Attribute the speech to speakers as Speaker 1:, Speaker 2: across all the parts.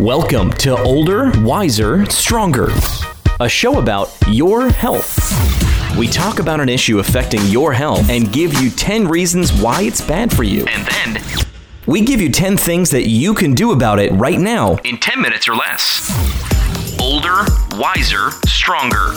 Speaker 1: Welcome to Older, Wiser, Stronger, a show about your health. We talk about an issue affecting your health and give you 10 reasons why it's bad for you. And then we give you 10 things that you can do about it right now in 10 minutes or less. Older, wiser, stronger.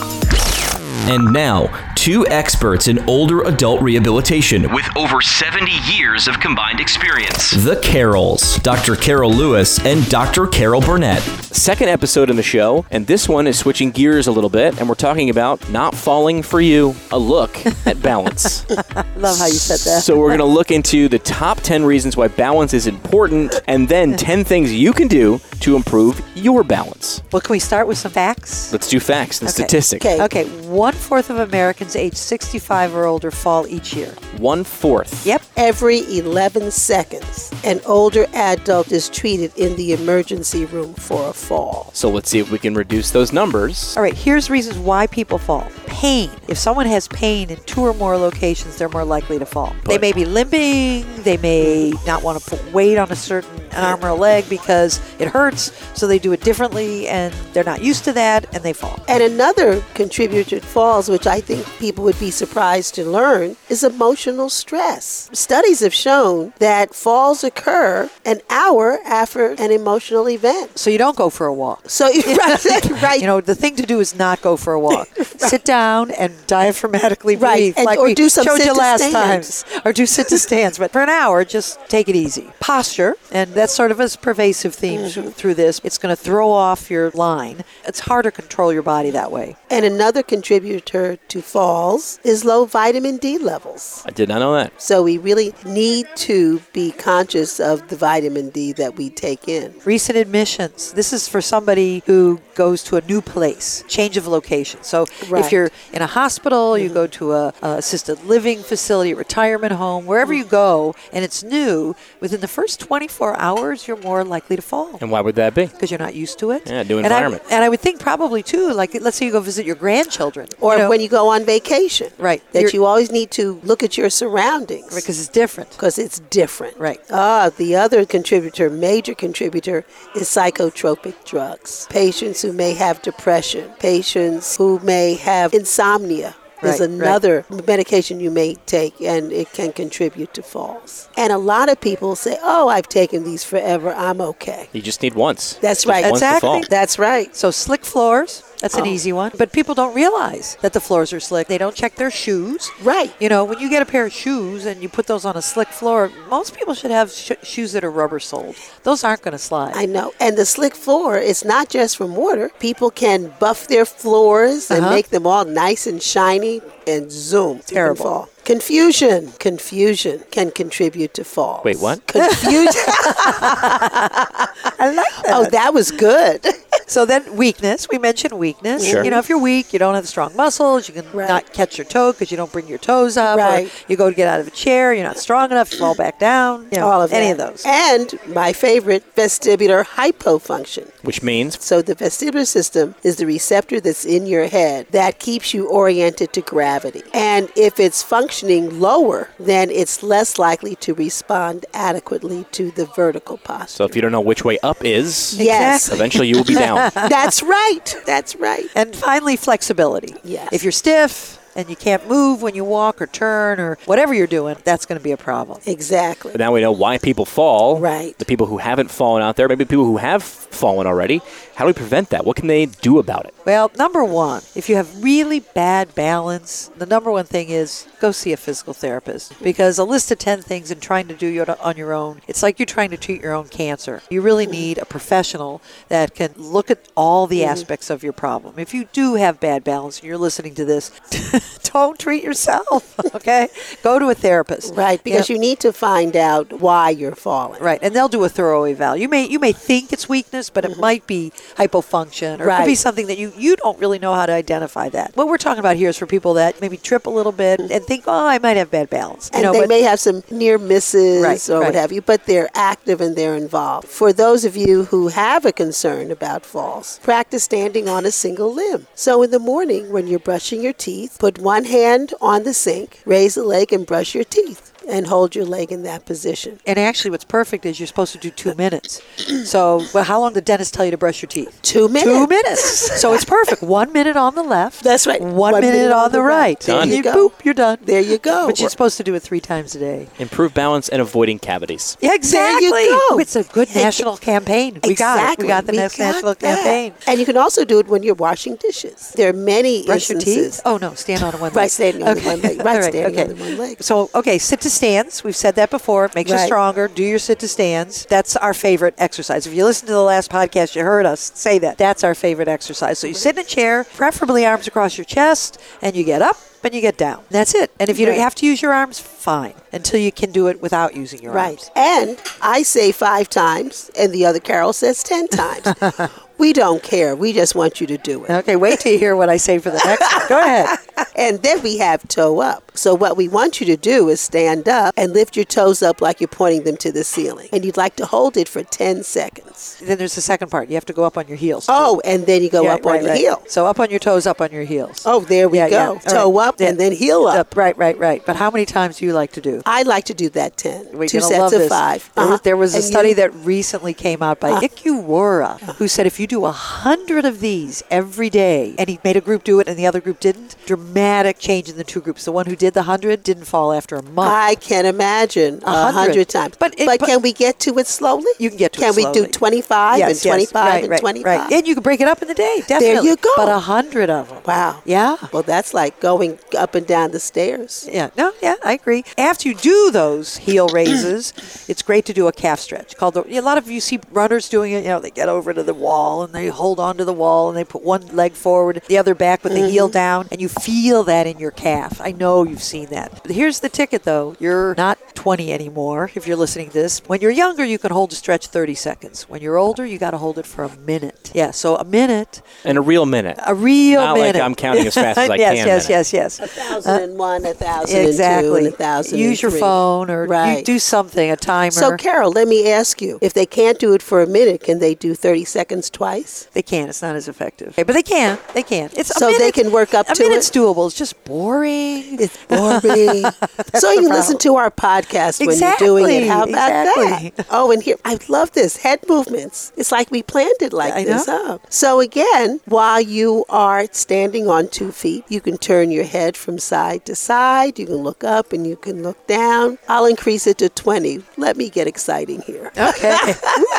Speaker 1: And now, two experts in older adult rehabilitation with over 70 years of combined experience. The Carols, Dr. Carol Lewis and Dr. Carol Burnett.
Speaker 2: Second episode in the show, and this one is switching gears a little bit, and we're talking about not falling for you, a look at balance.
Speaker 3: Love how you said that.
Speaker 2: So, we're going to look into the top 10 reasons why balance is important, and then 10 things you can do to improve your balance.
Speaker 3: well, can we start with some facts?
Speaker 2: Let's do facts and
Speaker 3: Okay.
Speaker 2: statistics.
Speaker 4: Okay.
Speaker 3: Okay, one fourth of Americans aged 65 or older fall each year.
Speaker 2: One fourth.
Speaker 3: Yep.
Speaker 4: Every 11 seconds, an older adult is treated in the emergency room for a fall.
Speaker 2: So, let's see if we can reduce those numbers.
Speaker 3: All right, here's reasons why people fall. Pain. If someone has pain in two or more locations, they're more likely to fall. they
Speaker 2: But-
Speaker 3: may be limping, they may not want to put weight on a certain arm or a leg because it hurts, so they do it differently and they're not used to that and they fall.
Speaker 4: And another contributor to falls, which I think people would be surprised to learn, is emotional stress. Studies have shown that falls occur an hour after an emotional event.
Speaker 3: So you don't go for a walk.
Speaker 4: So, right, right.
Speaker 3: You know, the thing to do is not go for a walk. Sit down and diaphragmatically breathe,
Speaker 4: Right, and-
Speaker 3: like
Speaker 4: or
Speaker 3: we
Speaker 4: do some
Speaker 3: showed
Speaker 4: sit
Speaker 3: you
Speaker 4: to
Speaker 3: last
Speaker 4: stands.
Speaker 3: time, or do sit to stands. But for an hour, just take it easy. Posture, and that's sort of a pervasive theme
Speaker 4: Mm-hmm.
Speaker 3: through this. It's going to throw off your line. It's hard to control your body that way.
Speaker 4: and another contributor to falls is low vitamin D levels.
Speaker 2: I did not know that.
Speaker 4: So we really need to be conscious of the vitamin D that we take in.
Speaker 3: Recent admissions. This is for somebody who goes to a new place, change of location. So if
Speaker 4: Right. Mm-hmm.
Speaker 3: you're in a hospital, you go to a, a assisted living facility, retirement home, wherever you go, and it's new, within the first 24 hours, you're more likely to fall.
Speaker 2: And why would that be?
Speaker 3: Because you're not used to it.
Speaker 2: Yeah, new
Speaker 3: And I-
Speaker 2: environment.
Speaker 3: And I, would think probably too, like let's say you go visit your grandchildren,
Speaker 4: Or
Speaker 3: know,
Speaker 4: when you go on vacation.
Speaker 3: Right.
Speaker 4: That
Speaker 3: You're-
Speaker 4: you always need to look at your surroundings.
Speaker 3: because it's different.
Speaker 4: because it's different.
Speaker 3: Right.
Speaker 4: Ah, the other contributor, major contributor, is psychotropic drugs. Patients who may have depression, patients who may have insomnia. Is
Speaker 3: Right, right.
Speaker 4: another medication you may take, and it can contribute to falls. And a lot of people say, "Oh, I've taken these forever. I'm okay."
Speaker 2: You just need once.
Speaker 4: That's
Speaker 2: Just
Speaker 4: right.
Speaker 2: once to fall.
Speaker 4: Exactly. That's right.
Speaker 3: So slick floors, that's
Speaker 4: Oh.
Speaker 3: an easy one. But people don't realize that the floors are slick. They don't check their shoes.
Speaker 4: Right.
Speaker 3: You know, when you get a pair of shoes and you put those on a slick floor, most people should have sh- shoes that are rubber soled. Those aren't going to slide.
Speaker 4: I know. And the slick floor is not just from water. People can buff their floors and
Speaker 3: Uh-huh.
Speaker 4: make them all nice and shiny and zoom. you can
Speaker 3: Terrible.
Speaker 4: fall. Confusion. Confusion can contribute to falls.
Speaker 2: Wait, what?
Speaker 4: Confusion.
Speaker 3: I like
Speaker 4: oh, that was good.
Speaker 3: So then weakness, we mentioned weakness.
Speaker 2: Sure.
Speaker 3: You know, if you're weak, you don't have strong muscles, you can
Speaker 4: Right.
Speaker 3: not catch your toe because you don't bring your toes up. or
Speaker 4: Right.
Speaker 3: you go to get out of a chair, you're not strong enough, you fall back down. You know,
Speaker 4: All of
Speaker 3: any
Speaker 4: that.
Speaker 3: of those.
Speaker 4: And my favorite, vestibular hypofunction.
Speaker 2: Which means
Speaker 4: So the vestibular system is the receptor that's in your head that keeps you oriented to gravity. And if it's functioning lower, then it's less likely to respond adequately to the vertical
Speaker 2: so
Speaker 4: posture.
Speaker 2: if you don't know which way up is,
Speaker 4: yes.
Speaker 3: Exactly.
Speaker 2: eventually you will be down.
Speaker 4: That's right. That's right.
Speaker 3: And finally, flexibility.
Speaker 4: Yes.
Speaker 3: If you're stiff and you can't move when you walk or turn or whatever you're doing, that's going to be a problem.
Speaker 4: Exactly.
Speaker 2: But now we know why people fall.
Speaker 4: Right.
Speaker 2: The people who haven't fallen out there, maybe people who have fallen already. How do we prevent that? What can they do about it?
Speaker 3: Well, number one, if you have really bad balance, the number one thing is go see a physical therapist because a list of 10 things and trying to do it on your own, it's like you're trying to treat your own cancer. You really need a professional that can look at all the
Speaker 4: Mm-hmm.
Speaker 3: aspects of your problem. If you do have bad balance and you're listening to this, don't treat yourself, okay? go to a therapist.
Speaker 4: Right.
Speaker 3: You know-
Speaker 4: Because you need to find out why you're falling.
Speaker 3: Right, and they'll do a thorough eval. You may you may think it's weakness, but it might be hypofunction, or it could be
Speaker 4: Mm-hmm. Right.
Speaker 3: something that you you don't really know how to identify that. What we're talking about here is for people that maybe trip a little bit and think, oh, I might have bad balance. You
Speaker 4: And
Speaker 3: know,
Speaker 4: they
Speaker 3: but-
Speaker 4: may have some near misses
Speaker 3: Right,
Speaker 4: or
Speaker 3: right.
Speaker 4: what have you, but they're active and they're involved. For those of you who have a concern about falls, practice standing on a single limb. So in the morning, when you're brushing your teeth, put one hand on the sink, raise the leg, and brush your teeth. and hold your leg in that position.
Speaker 3: And actually, what's perfect is you're supposed to do two minutes. So, well, how long did Dennis tell you to brush your teeth?
Speaker 4: Two minutes.
Speaker 3: Two minutes. so it's perfect. One minute on the left.
Speaker 4: That's right.
Speaker 3: One, minute, on the right.
Speaker 4: There
Speaker 3: And
Speaker 4: you
Speaker 3: you
Speaker 4: go.
Speaker 3: boop, you're done.
Speaker 4: There you go.
Speaker 3: But you're supposed to do it three times a day.
Speaker 2: Improve balance and avoiding cavities.
Speaker 3: Yeah, exactly.
Speaker 4: go.
Speaker 3: It's a good
Speaker 4: Hey,
Speaker 3: national campaign. We got it. We got the next national
Speaker 4: got that.
Speaker 3: campaign.
Speaker 4: And you can also do it when you're washing dishes. There are many
Speaker 3: Brush your
Speaker 4: instances.
Speaker 3: teeth. Oh no, stand on one leg.
Speaker 4: Right, standing on the one leg. Right,
Speaker 3: All
Speaker 4: standing on the one leg.
Speaker 3: So okay, sit to stands. We've said that before. Makes you
Speaker 4: Right.
Speaker 3: stronger. Do your sit to stands. That's our favorite exercise. If you listen to the last podcast, you heard us say that. That's our favorite exercise. So you sit in a chair, preferably arms across your chest, and you get up. And you get down. That's it. And if you
Speaker 4: Right.
Speaker 3: don't have to use your arms, fine. Until you can do it without using your
Speaker 4: Right.
Speaker 3: arms.
Speaker 4: And I say five times, and the other Carol says 10 times. we don't care. We just want you to do it.
Speaker 3: Okay. Wait till you hear what I say for the next one. Go ahead.
Speaker 4: And then we have toe up. So, what we want you to do is stand up and lift your toes up like you're pointing them to the ceiling. And you'd like to hold it for 10 seconds.
Speaker 3: Then there's the second part. You have to go up on your heels. too.
Speaker 4: Oh, and then you go
Speaker 3: Yeah,
Speaker 4: up on
Speaker 3: right,
Speaker 4: your
Speaker 3: right.
Speaker 4: heel.
Speaker 3: So up on your toes, up on your heels.
Speaker 4: Oh, there we
Speaker 3: Yeah, yeah.
Speaker 4: go.
Speaker 3: All right.
Speaker 4: Toe up and
Speaker 3: Yeah.
Speaker 4: then heel up.
Speaker 3: Right, right, right. But how many times do you like to do?
Speaker 4: I like to do that 10.
Speaker 3: We're
Speaker 4: two
Speaker 3: gonna
Speaker 4: sets
Speaker 3: love
Speaker 4: of
Speaker 3: this.
Speaker 4: five.
Speaker 3: There, was,
Speaker 4: Uh-huh.
Speaker 3: there was a
Speaker 4: And you- Uh-huh.
Speaker 3: study that recently came out by Ikuwara, who said if you do a hundred of these every day, and he made a group do it and the other group didn't, dramatic change in the two groups. The one who did the hundred didn't fall after a month.
Speaker 4: I can imagine
Speaker 3: Oh. A
Speaker 4: a
Speaker 3: hundred.
Speaker 4: hundred times.
Speaker 3: But it- but-
Speaker 4: can we get to it slowly?
Speaker 3: You can get to it
Speaker 4: Can we do
Speaker 3: slowly.
Speaker 4: 25
Speaker 3: Yes,
Speaker 4: and
Speaker 3: yes.
Speaker 4: 25
Speaker 3: Right,
Speaker 4: and
Speaker 3: right,
Speaker 4: 25?
Speaker 3: Right. And you can break it up in the day, definitely.
Speaker 4: you go.
Speaker 3: But a hundred of them.
Speaker 4: Wow.
Speaker 3: Yeah. Uh,
Speaker 4: Well, that's like going up and down the stairs.
Speaker 3: Yeah, no, yeah, I agree. After you do those heel raises, it's great to do a calf stretch. Called the, a lot of you see runners doing it. You know, they get over to the wall and they hold onto the wall and they put one leg forward, the other back with the heel down, and you feel that in your calf. I know you've seen that. But here's the ticket, though: you're not 20 anymore. If you're listening to this, when you're younger, you can hold a stretch 30 seconds. When you're older, you got to hold it for a minute. Yeah, so a minute,
Speaker 2: In a real minute.
Speaker 3: a real
Speaker 2: Not like
Speaker 3: minute.
Speaker 2: I'm counting as fast as I
Speaker 3: yes,
Speaker 2: can
Speaker 3: Yes,
Speaker 2: minute.
Speaker 3: yes, yes, yes.
Speaker 4: 1,001, 1,002,
Speaker 3: Exactly.
Speaker 4: and 1,003.
Speaker 3: Use your phone or
Speaker 4: Right.
Speaker 3: you do something, a timer.
Speaker 4: So, Carol, let me ask you if they can't do it for a minute, can they do 30 seconds twice?
Speaker 3: they can. It's not as effective. Okay, but they can. They can. It's a
Speaker 4: So they
Speaker 3: minute-
Speaker 4: can work up
Speaker 3: a
Speaker 4: to
Speaker 3: minute's
Speaker 4: it?
Speaker 3: doable. It's just boring.
Speaker 4: It's boring. so you can listen to our podcast when you're doing it.
Speaker 3: Exactly,
Speaker 4: How about
Speaker 3: exactly.
Speaker 4: that? Oh, and here I love this head movements. It's like we planned it like
Speaker 3: I
Speaker 4: this.
Speaker 3: know.
Speaker 4: Huh? So again, while you are standing on two feet, you can turn your head from side to side. You can look up and you can look down. I'll increase it to twenty. Let me get exciting here.
Speaker 3: Okay.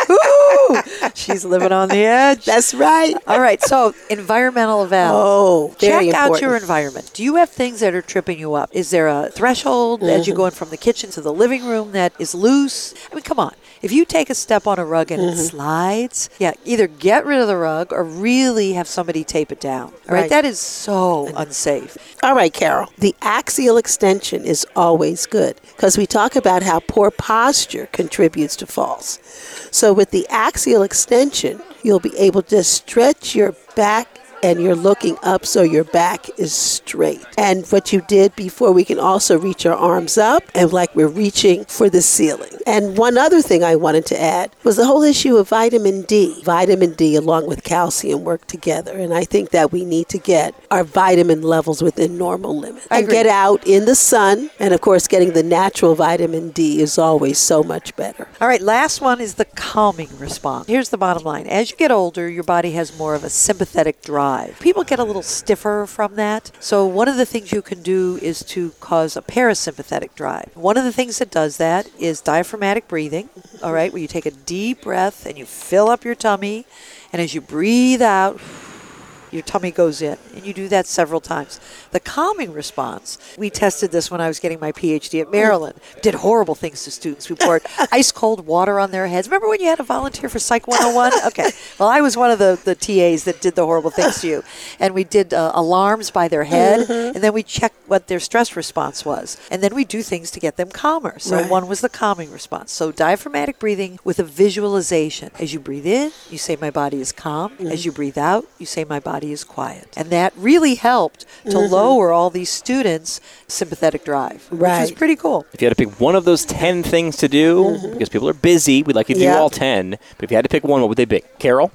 Speaker 3: Woo-hoo. She's living on the edge.
Speaker 4: That's right.
Speaker 3: All right. So environmental evals.
Speaker 4: Oh,
Speaker 3: uh, Check
Speaker 4: very
Speaker 3: out your
Speaker 4: important.
Speaker 3: environment. Do you have things that are tripping you up? Is there a threshold as
Speaker 4: Mm-hmm.
Speaker 3: you go in from the kitchen to the living room that is loose? I mean, come on. If you take a step on a rug and it
Speaker 4: Mm-hmm.
Speaker 3: slides, yeah, either get rid of the rug or really have somebody tape it down. Right?
Speaker 4: Right.
Speaker 3: That is so unsafe.
Speaker 4: All right, Carol. The axial extension is always good because we talk about how poor posture contributes to falls. So, with the axial extension, you'll be able to stretch your back and you're looking up so your back is straight. And what you did before, we can also reach our arms up and like we're reaching for the ceiling. And one other thing I wanted to add was the whole issue of vitamin D. Vitamin D along with calcium work together. And I think that we need to get our vitamin levels within normal limits
Speaker 3: I
Speaker 4: and
Speaker 3: agree.
Speaker 4: get out in the sun. And of course, getting the natural vitamin D is always so much better.
Speaker 3: All right, last one is the calming response. Here's the bottom line. As you get older, your body has more of a sympathetic drive. People get a little stiffer from that. So, one of the things you can do is to cause a parasympathetic drive. One of the things that does that is diaphragmatic breathing, all right, where you take a deep breath and you fill up your tummy. And as you breathe out, your tummy goes in and you do that several times the calming response we tested this when i was getting my phd at maryland did horrible things to students we poured ice cold water on their heads remember when you had to volunteer for psych 101 okay well i was one of the, the tas that did the horrible things to you and we did uh, alarms by their head and then we checked what their stress response was and then we do things to get them calmer so
Speaker 4: Right.
Speaker 3: one was the calming response so diaphragmatic breathing with a visualization as you breathe in you say my body is calm as you breathe out you say my body body is quiet. And that really helped to lower all these students' sympathetic drive, which
Speaker 4: Right.
Speaker 3: was pretty cool.
Speaker 2: If you had to pick one of those 10 things to do, because people are busy, we'd like you to
Speaker 4: Mm-hmm. Yeah.
Speaker 2: do all 10, but if you had to pick one, what would they be? Carol?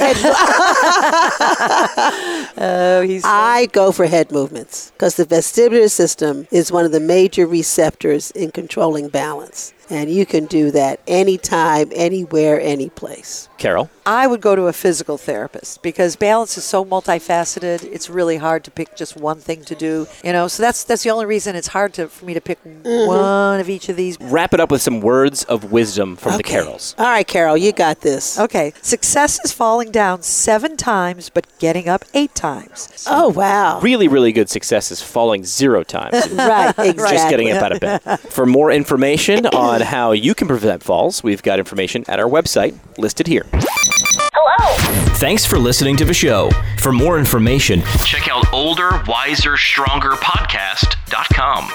Speaker 3: Oh, he's
Speaker 4: I go for head movements because the vestibular system is one of the major receptors in controlling balance. And you can do that anytime, anywhere, any place.
Speaker 2: Carol.
Speaker 3: I would go to a physical therapist because balance is so multifaceted. It's really hard to pick just one thing to do, you know. So that's that's the only reason it's hard to, for me to pick one of each of these.
Speaker 2: Wrap it up with some words of wisdom from the Carols.
Speaker 4: All right, Carol, you got this.
Speaker 3: Okay, success is falling down seven times but getting up eight times.
Speaker 4: Oh, wow.
Speaker 2: Really, really good success is falling zero times.
Speaker 4: Right, exactly.
Speaker 2: Just getting up out of bed. For more information on how you can prevent falls, we've got information at our website listed here.
Speaker 1: Thanks for listening to the show. For more information, check out olderwisersstrongerpodcast.com.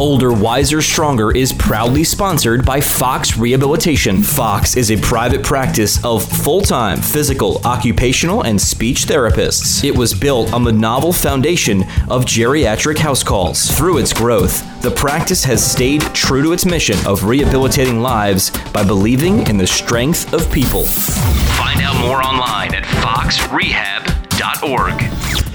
Speaker 1: Older, Wiser, Stronger is proudly sponsored by Fox Rehabilitation. Fox is a private practice of full time physical, occupational, and speech therapists. It was built on the novel foundation of geriatric house calls. Through its growth, the practice has stayed true to its mission of rehabilitating lives by believing in the strength of people. Find out more online at foxrehab.org.